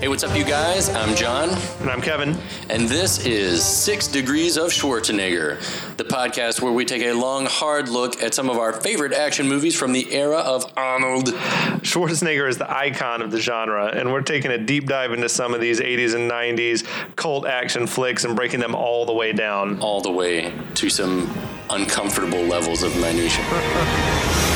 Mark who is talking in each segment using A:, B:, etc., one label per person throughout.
A: Hey, what's up, you guys? I'm John,
B: And I'm Kevin.
A: and this is Six Degrees of Schwarzenegger, the podcast where we take a long, hard look at some of our favorite action movies from the era of Arnold.
B: Schwarzenegger is the icon of the genre, and we're taking a deep dive into some of these 80s and 90s cult action flicks and breaking them all the way down.
A: all the way to some uncomfortable levels of minutia.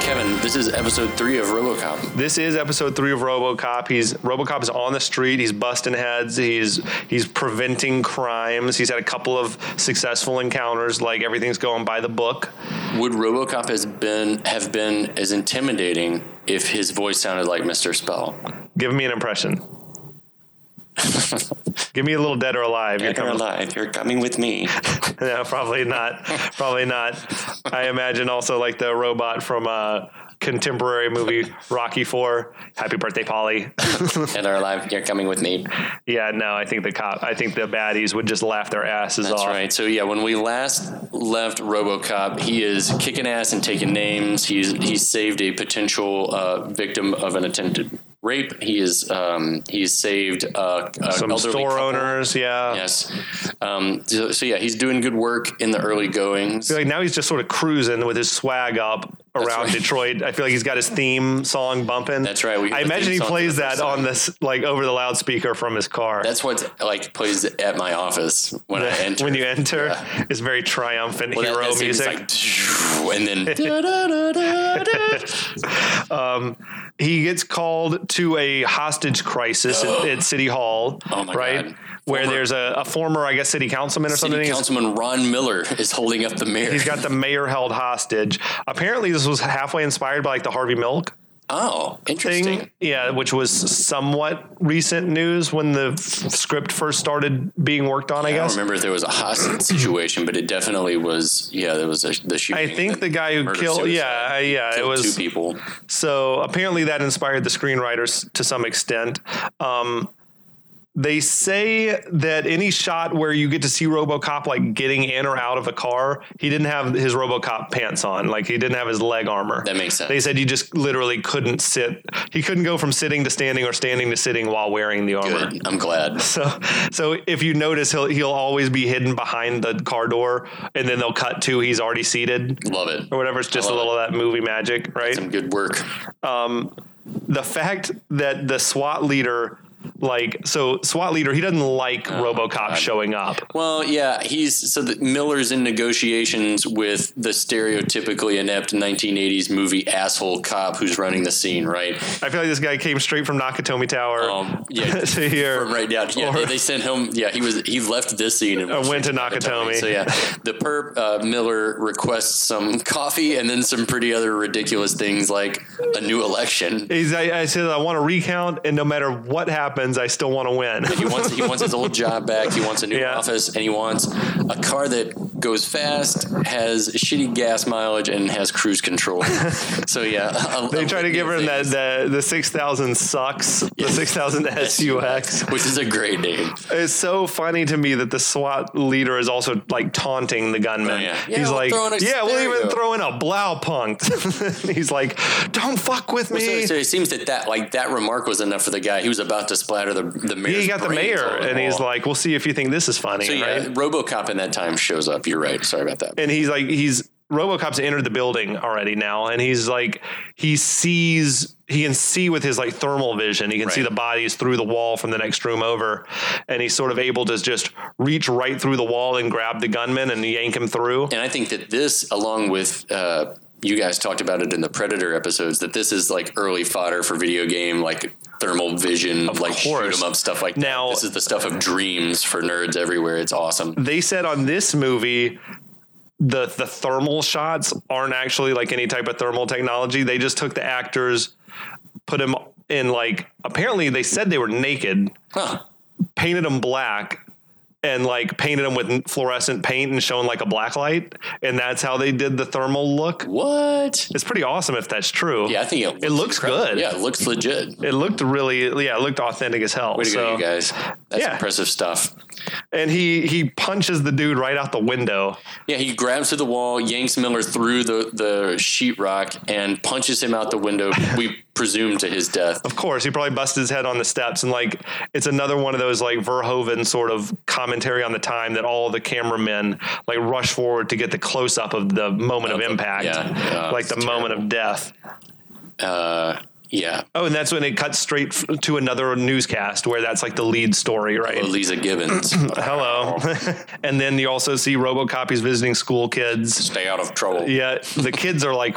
A: Kevin, This is episode three of RoboCop.
B: This is episode three of RoboCop. He's RoboCop is on the street. He's busting heads. He's he's preventing crimes. He's had a couple of successful encounters. Like everything's going by the book.
A: Would RoboCop has been have been as intimidating if his voice sounded like Mr. Spell?
B: Give me an impression. Give me a little dead or alive. You're
A: Dead or
B: coming-
A: alive, you're coming with me.
B: No, probably not. probably not. I imagine also like the robot from a contemporary movie Rocky Four. Happy birthday, Polly.
A: Dead or alive, you're coming with me.
B: yeah, no, I think the cop. I think the baddies would just laugh their asses
A: That's
B: off.
A: right. So yeah, when we last left RoboCop, he is kicking ass and taking names. He's he saved a potential uh, victim of an attempted rape. He is um, he's saved uh, a
B: Some
A: elderly
B: store
A: couple.
B: owners, yeah.
A: Yes. Um, so, so yeah, he's doing good work in the early goings.
B: Like now he's just sort of cruising with his swag up around
A: right.
B: Detroit. I feel like he's got his theme song bumping.
A: That's right, we hear
B: I
A: the theme
B: imagine he
A: song for
B: plays
A: the
B: that
A: first
B: on
A: time.
B: this like over the loudspeaker from his car.
A: That's what like plays at my office when I enter.
B: when you enter, it's very triumphant
A: Well, that-
B: hero
A: that scene is
B: music.
A: like, and then da-da-da-da-da.
B: Um, he gets called to a hostage crisis at, at City Hall,
A: Oh my
B: right?
A: God.
B: Where
A: Former-
B: there's a, a former, I guess, city councilman or something.
A: City
B: He's-
A: Councilman Ron Miller is holding up the mayor.
B: he's got the mayor held hostage. Apparently, this was halfway inspired by like the Harvey Milk
A: oh, interesting.
B: thing, yeah, which was somewhat recent news when the f- script first started being worked on. I
A: I don't
B: guess.
A: remember if there was a hostage situation, but it definitely was. Yeah, there was a, the shooting.
B: I think the guy who
A: Murder,
B: killed,
A: suicide.
B: yeah, I- yeah, it
A: Killed
B: was
A: two people.
B: So apparently that inspired the screenwriters to some extent. Um, they say that any shot where you get to see RoboCop like getting in or out of a car, he didn't have his RoboCop pants on, like he didn't have his leg armor.
A: That makes sense.
B: They said you just literally couldn't sit. He couldn't go from sitting to standing or standing to sitting while wearing the armor.
A: Good. I'm glad.
B: So, so if you notice, he'll he'll always be hidden behind the car door, and then they'll cut to he's already seated
A: Love it.
B: or whatever. It's just a
A: love
B: little of that movie magic, right?
A: Some good work.
B: the fact that the SWAT leader, like, so SWAT leader, he doesn't like
A: Oh,
B: RoboCop showing up.
A: Well, yeah, he's so that Miller's in negotiations with the stereotypically inept 1980s movie asshole cop who's running the scene, right?
B: I feel like this guy came straight from Nakatomi Tower
A: Um, yeah,
B: to here.
A: from right down. Yeah,
B: Or-
A: they, they sent him. Yeah, he was. He left this scene and
B: I went to Nakatomi.
A: So yeah, the perp uh, Miller requests some coffee and then some pretty other ridiculous things like a new election.
B: He's, I, I said, I want to recount, and no matter what happens, I still want to win.
A: He wants he wants his old job back. He wants a new
B: Yeah.
A: office, and he wants a car that goes fast, has shitty gas mileage, and has cruise control. so yeah, a-
B: they
A: a
B: try to
A: litany
B: give her
A: of
B: that
A: things,
B: the, the 6000 sucks, the 6000 SUX.
A: which is a great name.
B: It's so funny to me that the SWAT leader is also like taunting the gunman.
A: Oh, yeah.
B: He's
A: Yeah, we'll
B: like,
A: throw in a
B: yeah, we'll even
A: stereo."
B: throw in a blow punk. He's like, don't fuck with
A: So,
B: me.
A: so it seems that that like that remark was enough for the guy. He was about to splatter the the mayor.
B: he got the mayor, and he's like, we'll see if you think this is funny,
A: So yeah,
B: right?
A: RoboCop in that time shows up. You're right. Sorry about that.
B: And he's like, he's RoboCop's entered the building already now, and he's like, he sees. He can see with his like thermal vision. He can see
A: Right.
B: the bodies through the wall from the next room over, and he's sort of able to just reach right through the wall and grab the gunman and yank him through.
A: and I think that this, along with uh, you guys talked about it in the Predator episodes, that this is like early fodder for video game like thermal vision, like shoot
B: course.
A: 'em up stuff like
B: Now-
A: that. This is the stuff of dreams for nerds everywhere. It's awesome.
B: they said on this movie the the thermal shots aren't actually like any type of thermal technology. They just took the actors, put them in like apparently they said they were naked,
A: Huh.
B: painted them black. And like painted them with fluorescent paint and shown like a black light, and that's how they did the thermal look.
A: What?
B: It's pretty awesome if that's true.
A: Yeah, I think it looks,
B: it looks
A: incredible.
B: good.
A: Yeah, it looks legit.
B: it looked really, yeah, it looked authentic as hell.
A: Way to
B: so,
A: go, you guys. That's
B: Yeah.
A: impressive stuff.
B: and he he punches the dude right out the window.
A: Yeah, he grabs to the wall, yanks Miller through the, the sheetrock, and punches him out the window, we presume to his death.
B: Of course, he probably busted his head on the steps, and like it's another one of those like Verhoeven sort of commentary on the time that all the cameramen like rush forward to get the close up of the moment of
A: the-
B: impact,
A: yeah, yeah,
B: like the
A: it's
B: moment of death.
A: Uh, yeah.
B: Oh, and that's when it cuts straight f- to another newscast where that's like the lead story, right?
A: Eliza Gibbons.
B: Hello, and then you also see RoboCopy's visiting school kids.
A: Stay out of trouble.
B: Yeah, the kids are like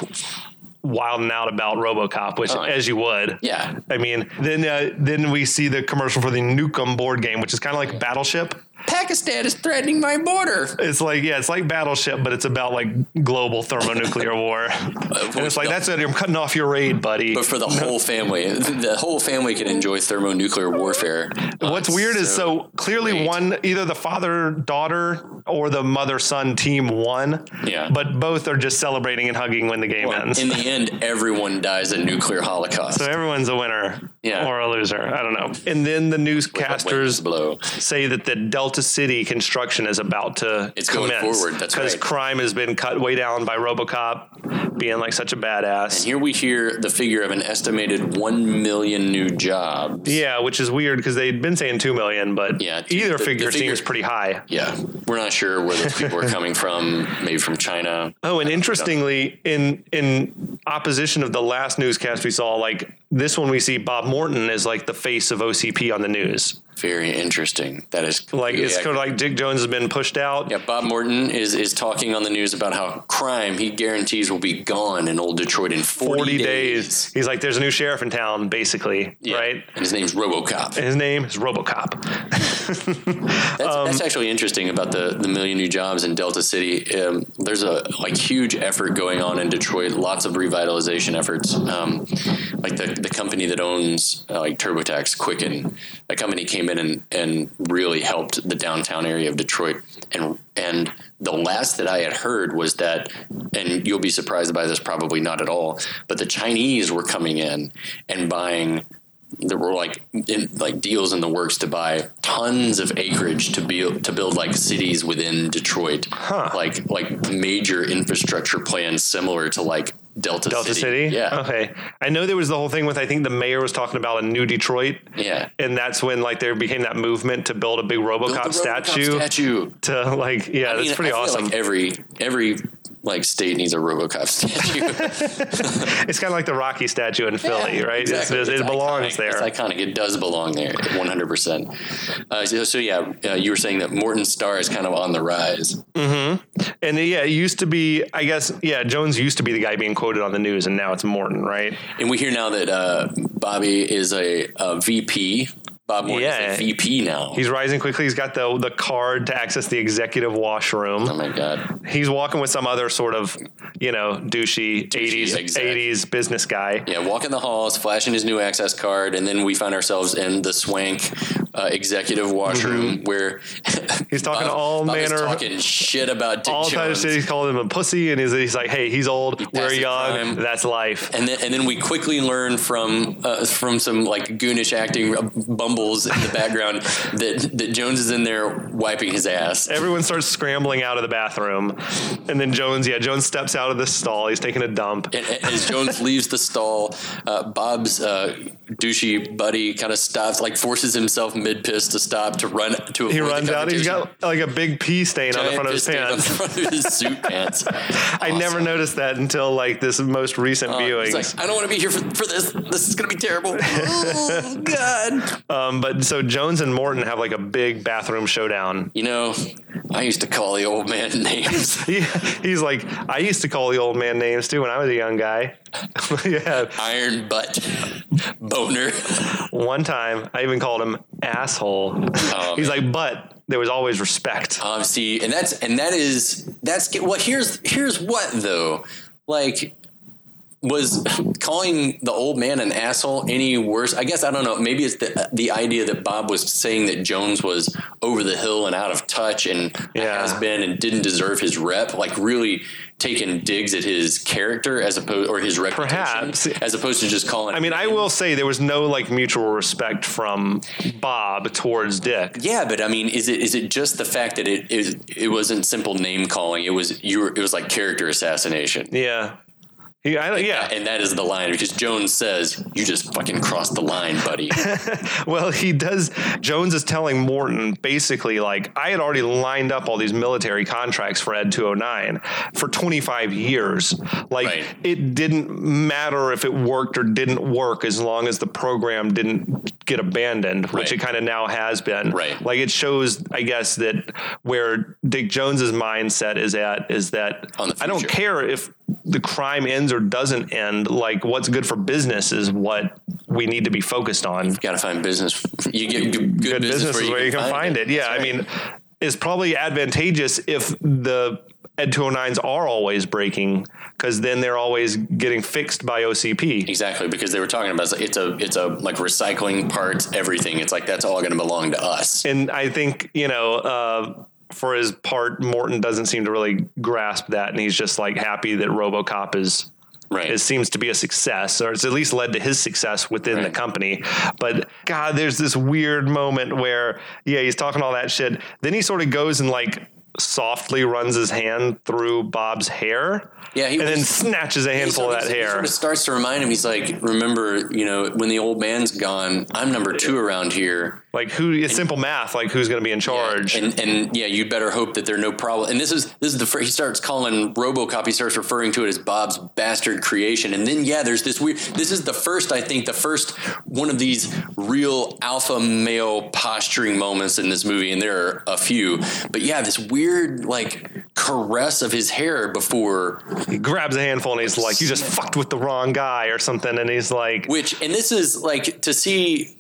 B: wilding out about RoboCop, which
A: Oh, yeah.
B: as you would.
A: Yeah.
B: I mean, then uh, then we see the commercial for the Nukem board game, which is kind of like Battleship.
A: Pakistan is threatening my border.
B: It's like yeah, it's like Battleship, but it's about like global thermonuclear war. and it's like that's it. I'm cutting off your aid, buddy.
A: But for the whole family, the whole family can enjoy thermonuclear warfare.
B: What's weird is so clearly
A: great.
B: one either the father daughter or the mother son team won.
A: Yeah.
B: But both are just celebrating and hugging when the game ends.
A: in the end, everyone dies a nuclear holocaust.
B: So everyone's a winner
A: Yeah.
B: or a loser. I don't know. And then the newscasters
A: blow.
B: say that the Delta City construction is about to
A: It's going
B: commence
A: forward, that's
B: because
A: right.
B: crime has been cut way down by RoboCop being like such a badass.
A: Here we hear the figure of an estimated one million new jobs.
B: Yeah, which is weird because they'd been saying two million, but
A: Yeah, two-
B: either
A: the- the
B: figure
A: figure-
B: seems pretty high.
A: Yeah, we're not sure where those people are coming from. Maybe from China.
B: Oh, and interestingly, in in opposition of the last newscast we saw, like this one we see Bob Morton is like the face of OCP on the news.
A: Very interesting. That is
B: Like it's
A: Yeah.
B: kind of like Dick Jones has been pushed out.
A: Yeah, Bob Morton is is talking on the news about how crime he guarantees will be gone in old Detroit in 40,
B: 40
A: days.
B: days. He's like, there's a new sheriff in town, basically,
A: Yeah.
B: right?
A: And his name's RoboCop.
B: And his name is Robocop.
A: That's, that's actually interesting about the the million new jobs in Delta City. Um, there's a like huge effort going on in Detroit. Lots of revitalization efforts. Um, like the, the company that owns uh, like TurboTax, Quicken, that company came in and, and really helped the downtown area of Detroit. And and the last that I had heard was that, and you'll be surprised by this, probably not at all, but the Chinese were coming in and buying there were like in, like deals in the works to buy tons of acreage to build to build like cities within Detroit, like like major infrastructure plans similar to like Delta,
B: Delta City?
A: Yeah,
B: Okay. I know there was the whole thing with, I think the mayor was talking about a new Detroit.
A: yeah.
B: And that's when, like, there became that movement to build a big Robocop,
A: Build the RoboCop
B: statue.
A: statue.
B: To, like, yeah,
A: I mean,
B: that's
A: I
B: pretty
A: feel
B: awesome.
A: Like every every like state needs a RoboCop statue.
B: it's kind of like the Rocky statue in Philly,
A: Yeah,
B: right? It's-
A: exactly.
B: it
A: It's
B: belongs
A: iconic.
B: there.
A: It's iconic. It does belong there, one hundred percent. So so, yeah, uh, you were saying that Morton Star is kind of on the rise.
B: and yeah, it used to be, I guess, yeah, Jones used to be the guy being quoted on the news, and now it's Morton, right?
A: And we hear now that uh, Bobby is a, a VP. Bob Morton is
B: Yeah.
A: a VP now.
B: He's rising quickly. He's got the the card to access the executive washroom.
A: oh my god!
B: he's walking with some other sort of you know douchey, 80s
A: exactly.
B: 80s business guy
A: Yeah, walking the halls, flashing his new access card, and then we find ourselves in the swank uh, executive washroom where
B: Mm-hmm. he's talking
A: Bob-
B: all
A: Bob is
B: manner
A: talking shit about Dick
B: all types
A: Jones.
B: of he's calling him a pussy and he's, he's like hey he's old we're
A: passes
B: young
A: time.
B: that's life
A: and then, and then we quickly learn from uh, from some like goonish acting bumbles in the background that that Jones is in there wiping his ass.
B: Everyone starts scrambling out of the bathroom, and then Jones, yeah, Jones steps out of the stall. He's taking a dump.
A: And and as Jones leaves the stall, uh, Bob's uh, douchey buddy kind of stops, like forces himself mid piss to stop to run to avoid
B: He
A: the
B: runs out. He's
A: confrontation.
B: got like a big pee stain on the
A: Giant
B: front of
A: piss
B: his
A: stain on the
B: pants.
A: front of his suit pants.
B: I never
A: Awesome.
B: noticed that until like this most recent
A: Uh,
B: viewing.
A: he's like, I don't want to be here for, for this. This is going to be terrible. Oh, God.
B: um, but so Jones and Morton have like a big bathroom showdown.
A: You know, I used to call the old man names.
B: He, he's like, I used to call the old man names too when I was a young guy. yeah.
A: Iron butt, boner.
B: One time, I even called him asshole. he's like, but there was always respect.
A: Um, see, and that's and that is that's well. Here's here's what though, like was calling the old man an asshole any worse? I guess I don't know. Maybe it's the the idea that Bob was saying that Jones was over the hill and out of touch and
B: Yeah.
A: has been and didn't deserve his rep. Like really taking digs at his character as opposed or his reputation
B: Perhaps.
A: as opposed to just calling.
B: I mean, I will say there was no like mutual respect from Bob towards Dick.
A: Yeah, but I mean, is it is it just the fact that it is it wasn't simple name calling? It was you were, it was like character assassination.
B: Yeah. He, I, don't- yeah.
A: And that is the line because Jones says, "You just fucking crossed the line, buddy."
B: Well, he does. Jones is telling Morton basically, like, I had already lined up all these military contracts for Ed 209 for 25 years. Like,
A: Right.
B: it didn't matter if it worked or didn't work as long as the program didn't get abandoned, which
A: Right.
B: it kind of now has been.
A: Right.
B: Like, it shows, I guess, that where Dick Jones's mindset is at is that
A: On the
B: I don't
A: future.
B: care if the crime ends or doesn't end. Like, what's good for business is what we need to be focused on
A: Got to find business. You get good, good
B: good business is where you can find it. Yeah, I mean, it's probably advantageous if the Ed 209s are always breaking because then they're always getting fixed by OCP.
A: Exactly, because they were talking about it's a it's a like recycling parts everything. It's like that's all going to belong to us.
B: And I think, you know, uh, for his part, Morton doesn't seem to really grasp that. And he's just like happy that Robocop is.
A: Right.
B: It seems to be a success, or it's at least led to his success within the
A: Right.
B: company. But God, there's this weird moment where, yeah, he's talking all that shit. Then he sort of goes and like softly runs his hand through Bob's hair.
A: Yeah, he
B: and then
A: was-
B: snatches a handful
A: sort
B: of that
A: he
B: hair.
A: sort of starts to remind him. He's like, "Remember, you know, when the old man's gone, I'm number two around here.
B: like who? It's simple math. Like who's going to be in charge?
A: And and yeah, you better hope that there are no problem. And this is this is the fir- he starts calling RoboCop. He starts referring to it as Bob's bastard creation. And then yeah, there's this weird. This is the first I think the first one of these real alpha male posturing moments in this movie, and there are a few. But yeah, this weird like caress of his hair before
B: He grabs a handful and he's like, "You just fucked with the wrong guy" or something. And he's like,
A: Which, and this is like to see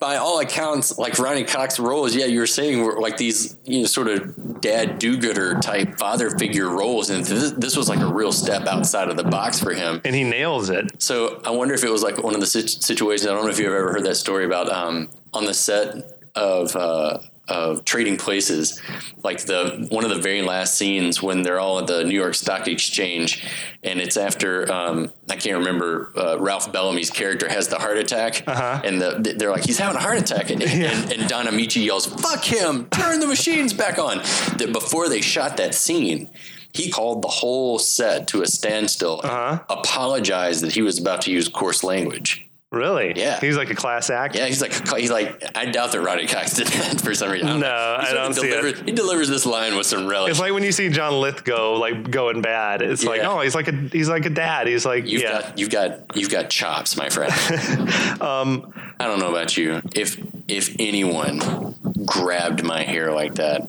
A: by all accounts, like Ronnie Cox roles, yeah, you were saying were like these, you know, sort of dad do gooder type father figure roles. And th- this was like a real step outside of the box for him.
B: and he nails it.
A: So I wonder if it was like one of the sit- situations. I don't know if you've ever heard that story about um, on the set of uh, of Trading Places, like the one of the very last scenes when they're all at the New York Stock Exchange, and it's after um, I can't remember uh, Ralph Bellamy's character has the heart attack, and the, they're like he's having a heart attack, and, and, and Don Amici yells "fuck him, turn the machines back on." That before they shot that scene. He called the whole set to a standstill,
B: Uh-huh.
A: apologized that he was about to use coarse language.
B: Really?
A: Yeah.
B: He's like a class act.
A: Yeah, he's like, he's like, I doubt that Roddy Cox did that for some reason. I don't
B: No,
A: know. He
B: I
A: sort of
B: don't see it.
A: delivers- He delivers this line with some relish.
B: It's like when you see John Lithgow like going bad. It's like,
A: Yeah.
B: oh, he's like a he's like a dad. He's like,
A: you've
B: yeah,
A: got, you've got, you've got chops, my friend.
B: Um,
A: I don't know about you. If if anyone grabbed my hair like that.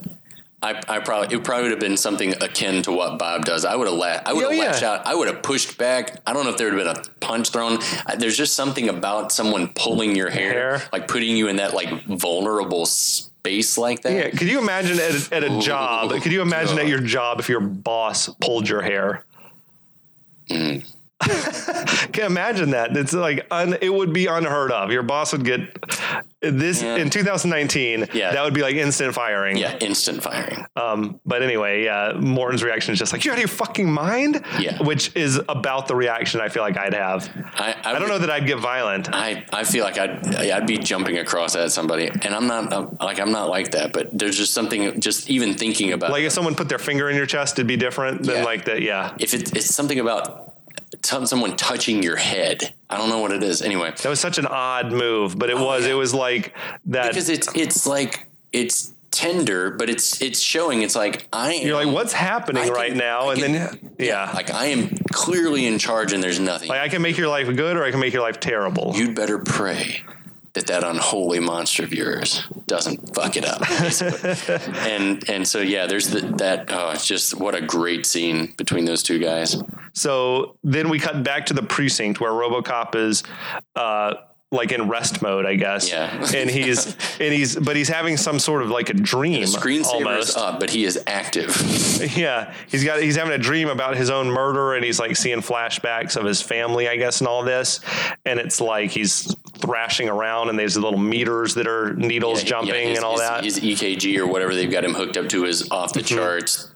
A: I, I probably it probably would have been something akin to what Bob does. I would have la- I would
B: Oh,
A: have
B: yeah.
A: latched out. I would have pushed back. I don't know if there would have been a punch thrown. I- There's just something about someone pulling your hair,
B: Hair.
A: like putting you in that like vulnerable space like that.
B: yeah. Could you imagine at a, at a job? Could you imagine at your job if your boss pulled your hair?
A: Mm.
B: Can imagine that? It's like un, it would be unheard of. Your boss would get this
A: Yeah.
B: in 2019.
A: Yeah.
B: that would be like instant firing.
A: Yeah, instant firing.
B: Um, but anyway, yeah, Morton's reaction is just like, "You're out of your fucking mind,"
A: Yeah.
B: which is about the reaction I feel like I'd have.
A: I, I,
B: I don't know that I'd get violent.
A: I, I feel like I'd I'd be jumping across at somebody, and I'm not I'm, like I'm not like that. But there's just something just even thinking about
B: Like if someone put their finger in your chest, it'd be different than
A: Yeah.
B: like that. Yeah,
A: if it, it's something about t- someone touching your head. I don't know what it is. Anyway,
B: that was such an odd move, but it was. It was like that.
A: Oh, because it's it's like it's tender, but it's it's showing. It's like I am,
B: You're like, what's happening
A: I can-
B: right now?
A: I
B: and
A: can-
B: then yeah,
A: like I am clearly in charge, and there's nothing.
B: like I can make your life good or I can make your life terrible.
A: You'd better pray that that unholy monster of yours doesn't fuck it up. basically. and and so yeah, there's the, that. Oh, it's just what a great scene between those two guys.
B: So then we cut back to the precinct where RoboCop is uh like in rest mode, I guess.
A: Yeah.
B: and he's and he's but he's having some sort of like a dream
A: Screensaver
B: almost.
A: is up, but he is active.
B: Yeah. He's got he's having a dream about his own murder and he's like seeing flashbacks of his family, I guess, and all this. And it's like he's thrashing around and there's little meters that are needles
A: Yeah,
B: jumping
A: his-
B: and all
A: his-
B: that. Mm-hmm.
A: His EKG E or whatever they've got him hooked up to is off the charts.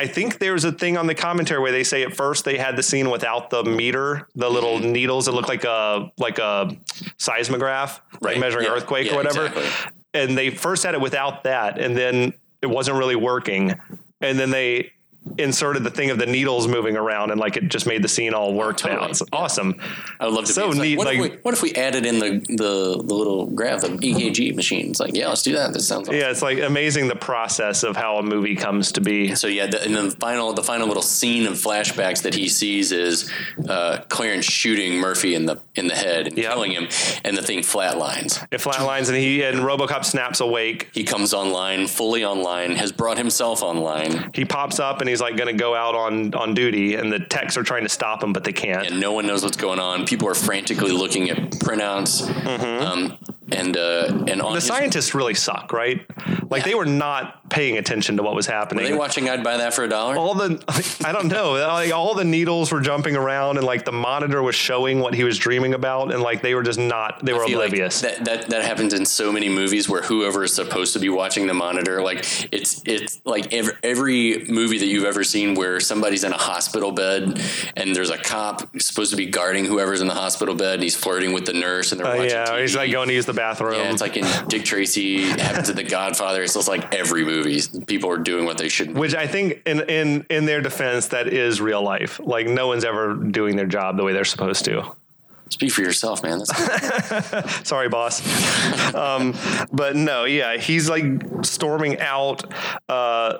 B: I think there's a thing on the commentary where they say at first they had the scene without the meter, the little
A: Mm-hmm.
B: needles that look like a like a seismograph, like
A: Right.
B: measuring
A: Yeah.
B: earthquake
A: Yeah,
B: or whatever.
A: exactly.
B: And they first had it without that, and then it wasn't really working. And then they inserted the thing of the needles moving around, and like it just made the scene all work
A: Totally.
B: out. It's awesome.
A: I would love to.
B: So
A: be, it's like,
B: neat,
A: What, if
B: like-
A: we, what if we added in the the, the little graph of EKG machine? It's like, yeah, let's do that. That sounds. Awesome.
B: Yeah, it's like amazing the process of how a movie comes to be.
A: So yeah, the, and then the final the final little scene of flashbacks that he sees is uh, Clarence shooting Murphy in the in the head and
B: Yeah.
A: killing him, and the thing flatlines.
B: It flatlines, and he and RoboCop snaps awake.
A: He comes online, fully online, has brought himself online,
B: he pops up and he's like going to go out on on duty and the techs are trying to stop him but they can't
A: and no one knows what's going on. People are frantically looking at printouts, um, and uh, and on
B: Mm-hmm. the
A: his-
B: scientists really suck right like they were not paying attention to what was
A: Are
B: happening
A: they watching? I'd buy that for a dollar.
B: all the i don't know like all the needles were jumping around and like the monitor was showing what he was dreaming about and like they were just not they were
A: feel like
B: oblivious
A: that, that that happens in so many movies where whoever is supposed to be watching the monitor, like it's it's like every, every movie that you've ever seen where somebody's in a hospital bed and there's a cop supposed to be guarding whoever's in the hospital bed and he's flirting with the nurse and they're
B: Uh,
A: watching
B: yeah
A: TV.
B: he's like going to use the bathroom
A: yeah, it's like in Dick Tracy, it happens in The Godfather. It's just like every movie, people are doing what they shouldn't.
B: which I think, in, in in their defense, that is real life. Like no one's ever doing their job the way they're supposed to.
A: Speak for yourself, man. That's,
B: sorry boss um, but no yeah he's like storming out uh,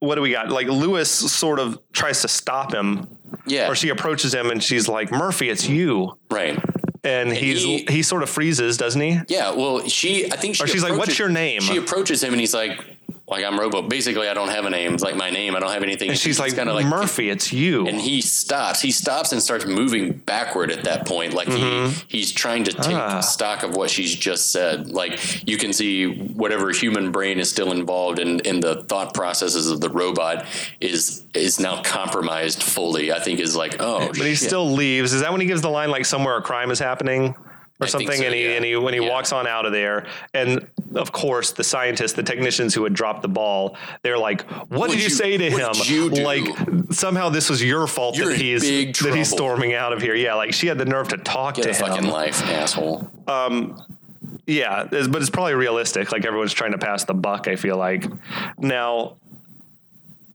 B: what do we got like lewis sort of tries to stop him
A: yeah,
B: or she approaches him and she's like murphy it's you
A: right.
B: and he's
A: he-
B: he, sort of freezes doesn't he
A: Yeah, well, she. I think she
B: Or she's like,
A: approaches-
B: "What's your name?"
A: She approaches him, and he's like, "Like I'm Robo. Basically, I don't have a name. It's like my name. I don't have anything."
B: and she's
A: It's
B: like,
A: kinda
B: murphy it's you
A: And he stops. He stops and starts moving backward at that point. Like
B: Mm-hmm.
A: he, he's trying to take
B: Ah.
A: stock of what she's just said. Like you can see whatever human brain is still involved in, in the thought processes of the robot is is now compromised fully. I think is like oh,
B: but he still leaves is that when he gives the line like somewhere a crime is happening or
A: think
B: something
A: so,
B: and he
A: yeah.
B: and he when he
A: Yeah.
B: walks on out of there and of course the scientists the technicians who had dropped the ball they're like what, did
A: did
B: you,
A: you-
B: say to him
A: what did you do?"
B: like somehow this was your fault
A: You're
B: that
A: in
B: he's
A: big
B: that he's
A: trouble."
B: storming out of here yeah like she had the nerve to talk
A: get
B: to
A: a
B: him
A: fucking life, asshole.
B: yeah it's- but it's probably realistic like everyone's trying to pass the buck i feel like now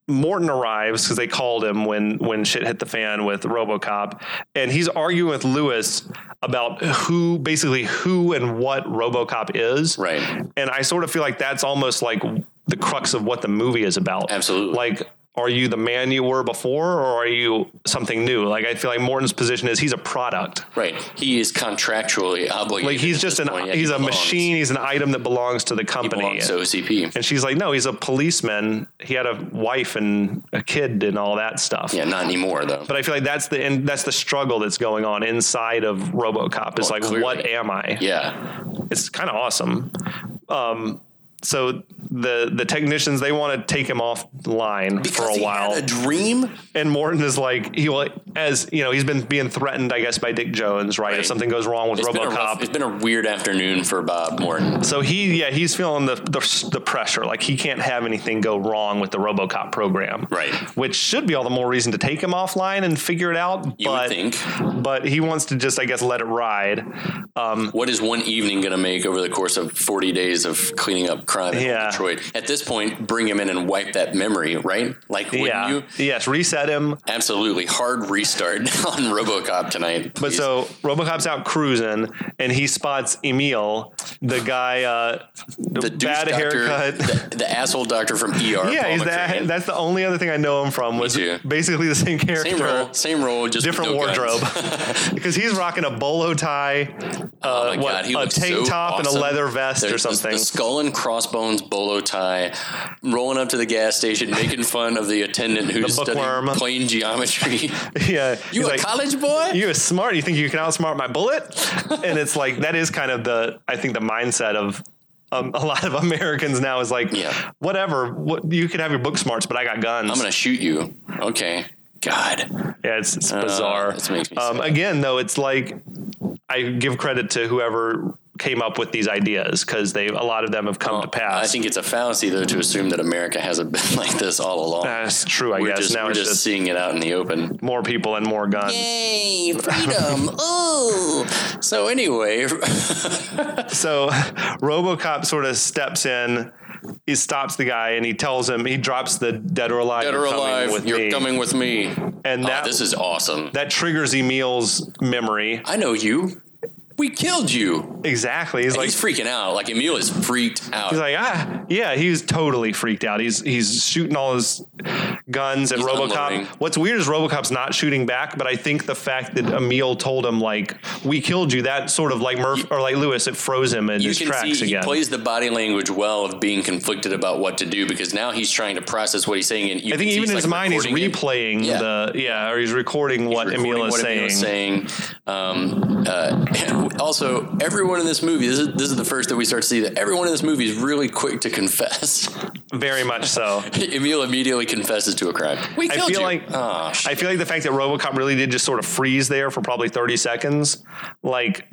B: Morton arrives because they called him when when shit hit the fan with RoboCop, and he's arguing with Lewis about who basically who and what RoboCop is.
A: Right.
B: And I sort of feel like that's almost like the crux of what the movie is about.
A: Absolutely.
B: Like, are you the man you were before, or are you something new? Like, I feel like Morton's position is he's a product.
A: Right. He is contractually obligated.
B: Like he's
A: at
B: just
A: this
B: an
A: point. Yeah,
B: he's
A: he
B: a
A: belongs.
B: machine. He's an item that belongs to the company.
A: belongs to OCP.
B: And she's like, no, he's a policeman. He had a wife and a kid and all that stuff.
A: Yeah, not anymore though.
B: But I feel like that's the and that's the struggle that's going on inside of RoboCop. Is
A: Well,
B: like,
A: clearly.
B: what am I?
A: yeah,
B: It's kind of awesome. Um, so the the technicians they want to take him offline for a while.
A: a dream.
B: and Morton is like, he will as you know he's been being threatened, I guess, by Dick Jones, right? If
A: Right.
B: something goes wrong with
A: It's been, a
B: RoboCop,
A: rough, it's been a weird afternoon for Bob Morton.
B: So he, yeah, he's feeling the, the the pressure. Like he can't have anything go wrong with the RoboCop program,
A: Right.
B: Which should be all the more reason to take him offline and figure it out.
A: You would
B: but
A: think.
B: but he wants to just, I guess, let it ride. Um,
A: What is one evening going to make over the course of 40 days of cleaning up crime in
B: Yeah.
A: Detroit. At this point, bring him in and wipe that memory, right? Like, wouldn't
B: yeah.
A: you?
B: Yes, reset him.
A: Absolutely. Hard restart on RoboCop tonight.
B: But
A: please.
B: so RoboCop's out cruising, and he spots Emil, the guy, uh,
A: the douche
B: bad
A: doctor,
B: haircut.
A: The, the asshole doctor from ER.
B: yeah,
A: Paul
B: he's
A: McCrane.
B: that, that's the only other thing I know him from was
A: too.
B: basically the same character.
A: same role, same role, just with
B: different
A: no guns.
B: wardrobe because he's rocking a bolo tie,
A: Oh my
B: Uh, what,
A: God, he
B: a
A: looks
B: tank
A: so
B: top, and a
A: awesome.
B: leather vest or
A: There's the-
B: something.
A: The skull and crossbones bolo tie, rolling up to the gas station, making fun of the attendant who's
B: bookworm.
A: studying plane geometry.
B: yeah,
A: you
B: he's
A: a
B: like,
A: college boy?
B: You is smart. You think you can outsmart my bullet? and it's like that is kind of the I think the mindset of um, a lot of Americans now is like,
A: Yeah.
B: whatever. What, you can have your book smarts, but I got guns.
A: I'm gonna shoot you. Okay. God.
B: yeah, it's, it's
A: Uh,
B: bizarre.
A: this makes me
B: um,
A: sad.
B: again, though, it's like I give credit to whoever came up with these ideas because they a lot of them have come to pass.
A: I think it's a fallacy though to assume that America hasn't been like this all along.
B: that's true. Uh, I
A: we're
B: guess
A: just,
B: now
A: we're
B: it's
A: just,
B: just
A: seeing it out in the open.
B: more people and more guns.
A: Yay, freedom. Ooh. So anyway,
B: So RoboCop sort of steps in. He stops the guy and he tells him he drops the dead or alive.
A: dead or
B: you're coming
A: alive,
B: with
A: you're
B: me. Ah,
A: coming with me. And
B: And that
A: this is awesome.
B: that triggers Emil's memory.
A: I know you. We killed you.
B: Exactly. He's like
A: he's freaking out. Like Emil is freaked out.
B: he's like ah yeah. He's totally freaked out. He's he's shooting all his guns at
A: He's
B: RoboCop.
A: unloading.
B: What's weird is RoboCop's not shooting back, but I think the fact that Emil told him like we killed you, that sort of like Murph or like Lewis, it froze him in
A: you
B: his
A: can see
B: tracks
A: he
B: again.
A: plays the body language well of being conflicted about what to do because now he's trying to process what he's saying. And you
B: I
A: can
B: think
A: see
B: even in
A: he's,
B: his
A: like,
B: mind, he's
A: recording it.
B: replaying
A: Yeah.
B: the yeah, or he's recording what
A: recording
B: Emil is
A: what
B: saying.
A: Emil is saying. Um, uh, also, everyone in this movie, this is, this is the first that we start to see that everyone in this movie is really quick to confess.
B: Very much so.
A: Emil immediately confesses to a crime. Ah, We
B: I
A: killed
B: feel
A: you.
B: like-
A: Aw, sh-
B: I feel like the fact that RoboCop really did just sort of freeze there for probably 30 seconds, like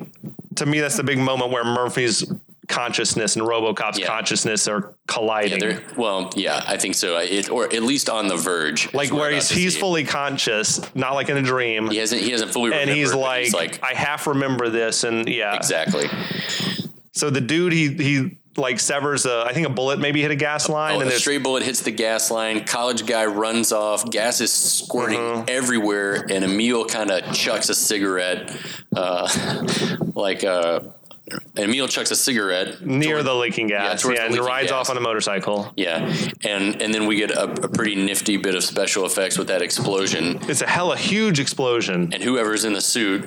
B: to me, that's the big moment where Murphy's consciousness and RoboCop's
A: Yeah.
B: consciousness are
A: yeah,
B: colliding.
A: there- well, yeah, I think so. I- It, or at least on the verge. is
B: like
A: we're
B: where
A: about
B: he's
A: to
B: he's
A: see it.
B: fully conscious, not like in a dream,
A: He hasn't. He hasn't fully.
B: and he's
A: remembered, but
B: like, I half remember this, and yeah,
A: exactly.
B: So the dude he he like severs a I think a bullet maybe hit a gas line,
A: Oh,
B: and
A: a
B: there's
A: stray bullet hits the gas line. College guy runs off. Gas is squirting
B: Mm-hmm.
A: everywhere, and Emil kind of chucks a cigarette, uh, like uh, Emil chucks a cigarette.
B: near the leaking gas, yeah,
A: towards the
B: and
A: leaking
B: rides
A: gas.
B: off on a motorcycle.
A: Yeah, and and then we get a, a pretty nifty bit of special effects with that explosion.
B: It's a hella huge explosion.
A: And whoever's in the suit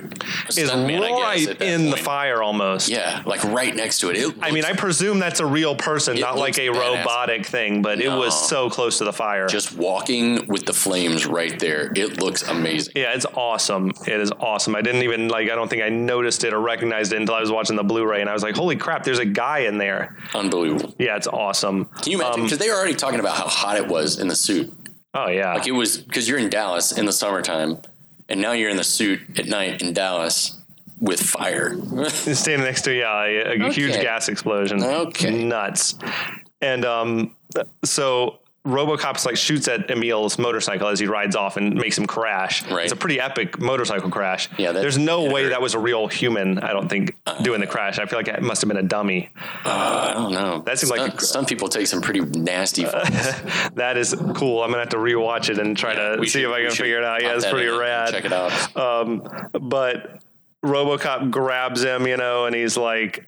B: Is
A: stuntman, I guess,
B: right
A: at that
B: in the
A: point.
B: fire almost.
A: Yeah, like right next to it. It
B: I mean, I
A: looks
B: presume that's a real person, not like
A: looks
B: a
A: badass.
B: robotic thing, but it was so close to the fire.
A: just walking with the flames right there. It looks amazing.
B: yeah, it's awesome. It is awesome. I didn't even like. I don't think I noticed it or recognized it until I was watching the Blu-ray, and I was like, "Holy crap! There's a guy in there."
A: Unbelievable.
B: Yeah, it's awesome.
A: Can you
B: Um,
A: imagine? Because they were already talking about how hot it was in the suit.
B: Oh yeah,
A: It was because you're in Dallas in the summertime, and now you're in the suit at night in Dallas with fire. Uh,
B: He's standing next to yeah, a, a huge
A: Okay.
B: gas explosion.
A: Okay.
B: Nuts. And um, so Robocop's like shoots at Emil's motorcycle as he rides off and makes him crash.
A: Right.
B: It's a pretty epic motorcycle crash.
A: Yeah, that-
B: There's no
A: it
B: way
A: hurt.
B: that was a real human, I don't think, doing the crash. I feel like it must have been a dummy.
A: I don't know.
B: That seemed like Uh,
A: Stunt-
B: a-
A: stunt people take some pretty nasty. photos.
B: That is cool. I'm going to have to rewatch it and try to
A: We
B: see
A: should-
B: if I
A: we
B: can
A: should
B: figure it out.
A: pop
B: Yeah, it's
A: that
B: pretty
A: in and
B: rad. Uh, Um,
A: Check it out.
B: but RoboCop grabs him, you know, and he's like,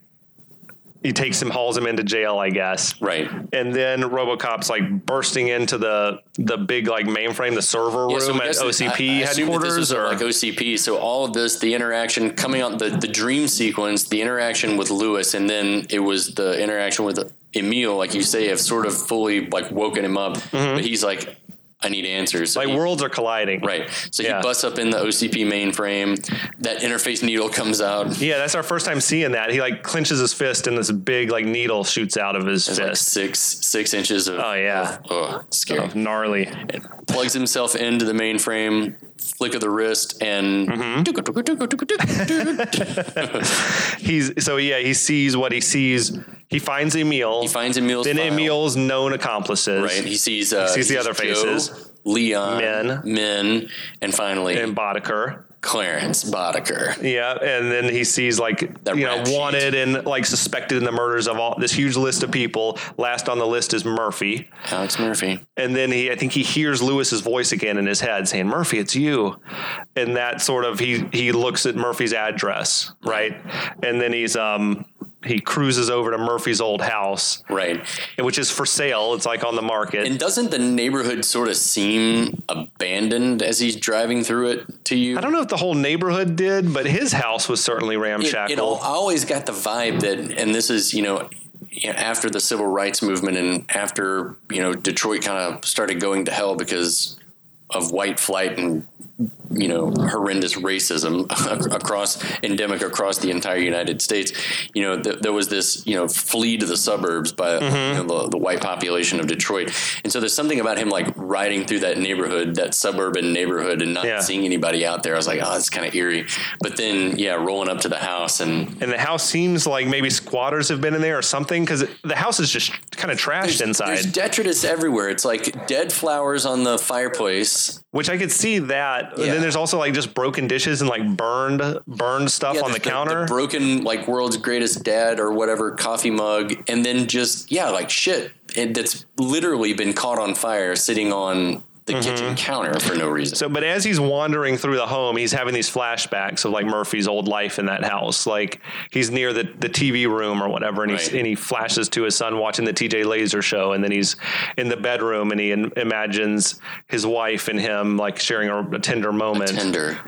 B: he takes him, hauls him into jail, I guess.
A: Right.
B: And then RoboCop's like bursting into the the big like mainframe, the server
A: Yeah, so
B: room
A: I
B: at
A: guess that-
B: OCP
A: I- I assume that this
B: headquarters,
A: was
B: or
A: like OCP. So all of this, the interaction coming on the the dream sequence, the interaction with Lewis, and then it was the interaction with Emil, like you say, have sort of fully like woken him up. But he's like, I need answers. So
B: Mm-hmm. like
A: he-
B: worlds are colliding.
A: Right. So
B: Yeah.
A: he busts up in the OCP mainframe. That interface needle comes out.
B: Yeah, that's our first time seeing that. He like clenches his fist, and this big like needle shoots out of his
A: It's like
B: fist.
A: six six inches of.
B: oh yeah,
A: Oh, scary.
B: gnarly.
A: Plugs himself into the mainframe, flick of the wrist, and
B: Mm-hmm. He's so yeah. He sees what he sees. He finds Emil.
A: he finds Emil's.
B: then
A: file,
B: Emil's known accomplices.
A: Right. He sees. Uh,
B: sees the
A: he
B: other
A: Joe,
B: faces.
A: Leon.
B: Men.
A: Men. And finally,
B: and Boddicker.
A: Clarence Boddicker.
B: Yeah, and then he sees like
A: That
B: you know
A: rap sheet.
B: wanted and like suspected in the murders of all this huge list of people. Last on the list is Murphy,
A: Alex Murphy.
B: and then he I think he hears Lewis's voice again in his head saying, "Murphy, it's you," and that sort of he he looks at Murphy's address right, and then he's um he cruises over to Murphy's old house,
A: Right.
B: which is for sale. It's like on the market.
A: And doesn't the neighborhood sort of seem abandoned as he's driving through it to you?
B: I don't know if the whole neighborhood did, but his house was certainly
A: it,
B: ramshackle.
A: it al- I always got the vibe that, and this is, you know, you know, after the civil rights movement and after, you know, Detroit kind of started going to hell because of white flight and, you know, horrendous racism ac- across endemic across the entire United States. You know, th- there was this, you know, flee to the suburbs by
B: Mm-hmm.
A: you know, the, the white population of Detroit. And so there's something about him like riding through that neighborhood, that suburban neighborhood and not
B: Yeah.
A: seeing anybody out there. I was like, oh, it's kind of eerie. But then, yeah, rolling up to the house and
B: and the house seems like maybe squatters have been in there or something because the house is just kind of trashed
A: There's
B: inside.
A: detritus everywhere. It's like dead flowers on the fireplace.
B: Which I could see that. And
A: Yeah.
B: then there's also like just broken dishes and like burned burned stuff
A: Yeah,
B: on the,
A: there's
B: counter.
A: broken, like world's greatest dad or whatever coffee mug, and then just yeah, like shit and that's literally been caught on fire sitting on the kitchen counter for no reason.
B: Mm-hmm. so, but as he's wandering through the home, he's having these flashbacks of like Murphy's old life in that house. Like he's near the, the TV room or whatever, and, he's,
A: Right.
B: and he flashes to his son watching the TJ Laser show, and then he's in the bedroom and he im- imagines his wife and him like sharing a, a tender moment.
A: Tender,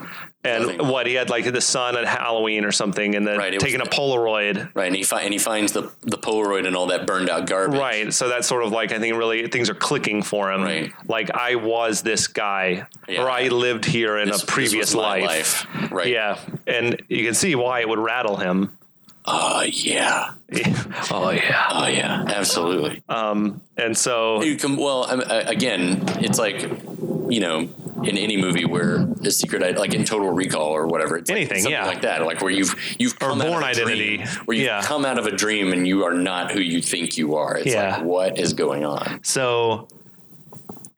B: and
A: Nothing.
B: what he had like the sun at Halloween or something, and then
A: Right, it
B: taking a
A: was-
B: Polaroid.
A: right? And he fi- and he finds the the Polaroid and all that burned out garbage.
B: Right. So that's sort of like I think really things are clicking for him.
A: Right.
B: Like I was this guy,
A: Yeah.
B: or I lived here in
A: This-
B: a
A: this
B: previous
A: was my
B: life.
A: life. Right.
B: Yeah, and you can see why it would rattle him.
A: Oh yeah.
B: oh yeah.
A: Oh yeah. Absolutely.
B: And so
A: You can, well, I, I, again, it's like you know, in any movie where a secret, i- like in Total Recall or whatever, it's like
B: Anything,
A: something
B: yeah.
A: like that, like where you've you've come
B: Born
A: out of a
B: Identity,
A: dream, where you
B: yeah.
A: have come out of a dream and you are not who you think you are. It's
B: Yeah.
A: like what is going on?
B: so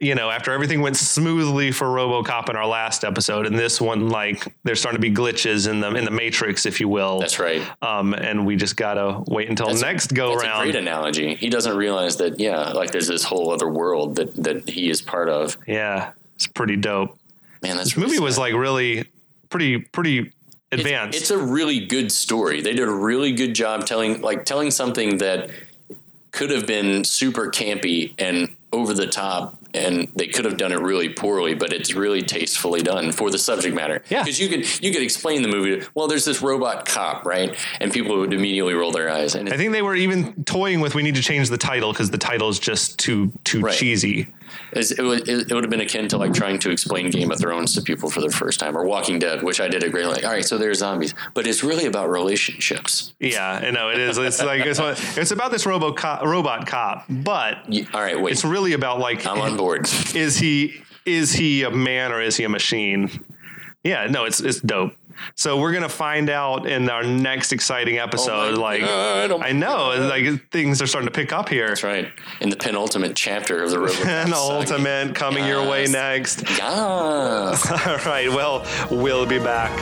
B: you know after everything went smoothly for RoboCop in our last episode, and this one like there's starting to be glitches in the in the Matrix, if you will.
A: That's right.
B: Um, and we just gotta wait until
A: That's a-
B: next go
A: That's a
B: round.
A: great analogy. He doesn't realize that yeah, like there's this whole other world that that he is part of.
B: Yeah, it's pretty dope.
A: Man, that's
B: The
A: really
B: movie was like really pretty pretty advanced.
A: It's a really good story. They did a really good job telling like telling something that could have been super campy and over the top and they could have done it really poorly, but it's really tastefully done for the subject matter.
B: Yeah.
A: Because you could you could explain the movie well, there's this robot cop, right? And people would immediately roll their eyes. And
B: I
A: it,
B: think they were even toying with we need to change the title because the title is just too too
A: Right.
B: cheesy.
A: it's- it, would- it would have been akin to like trying to explain Game of Thrones to people for the first time or Walking Dead, which I did a great like, all right, so there's zombies. But it's really about relationships.
B: Yeah, I know it is. It's like it's, what- it's about this robo cop, robot cop, but
A: Y- All right, wait.
B: it's really about like
A: I'm on board.
B: is he is he a man or is he a machine? Yeah, no, it's it's dope. So we're gonna find out in our next exciting episode. like
A: Oh God, oh my
B: I know, like things are starting to pick up here.
A: That's right. In the penultimate chapter of the River.
B: And ultimate coming your way
A: Yes.
B: next.
A: Yes.
B: All right. Well, we'll be back.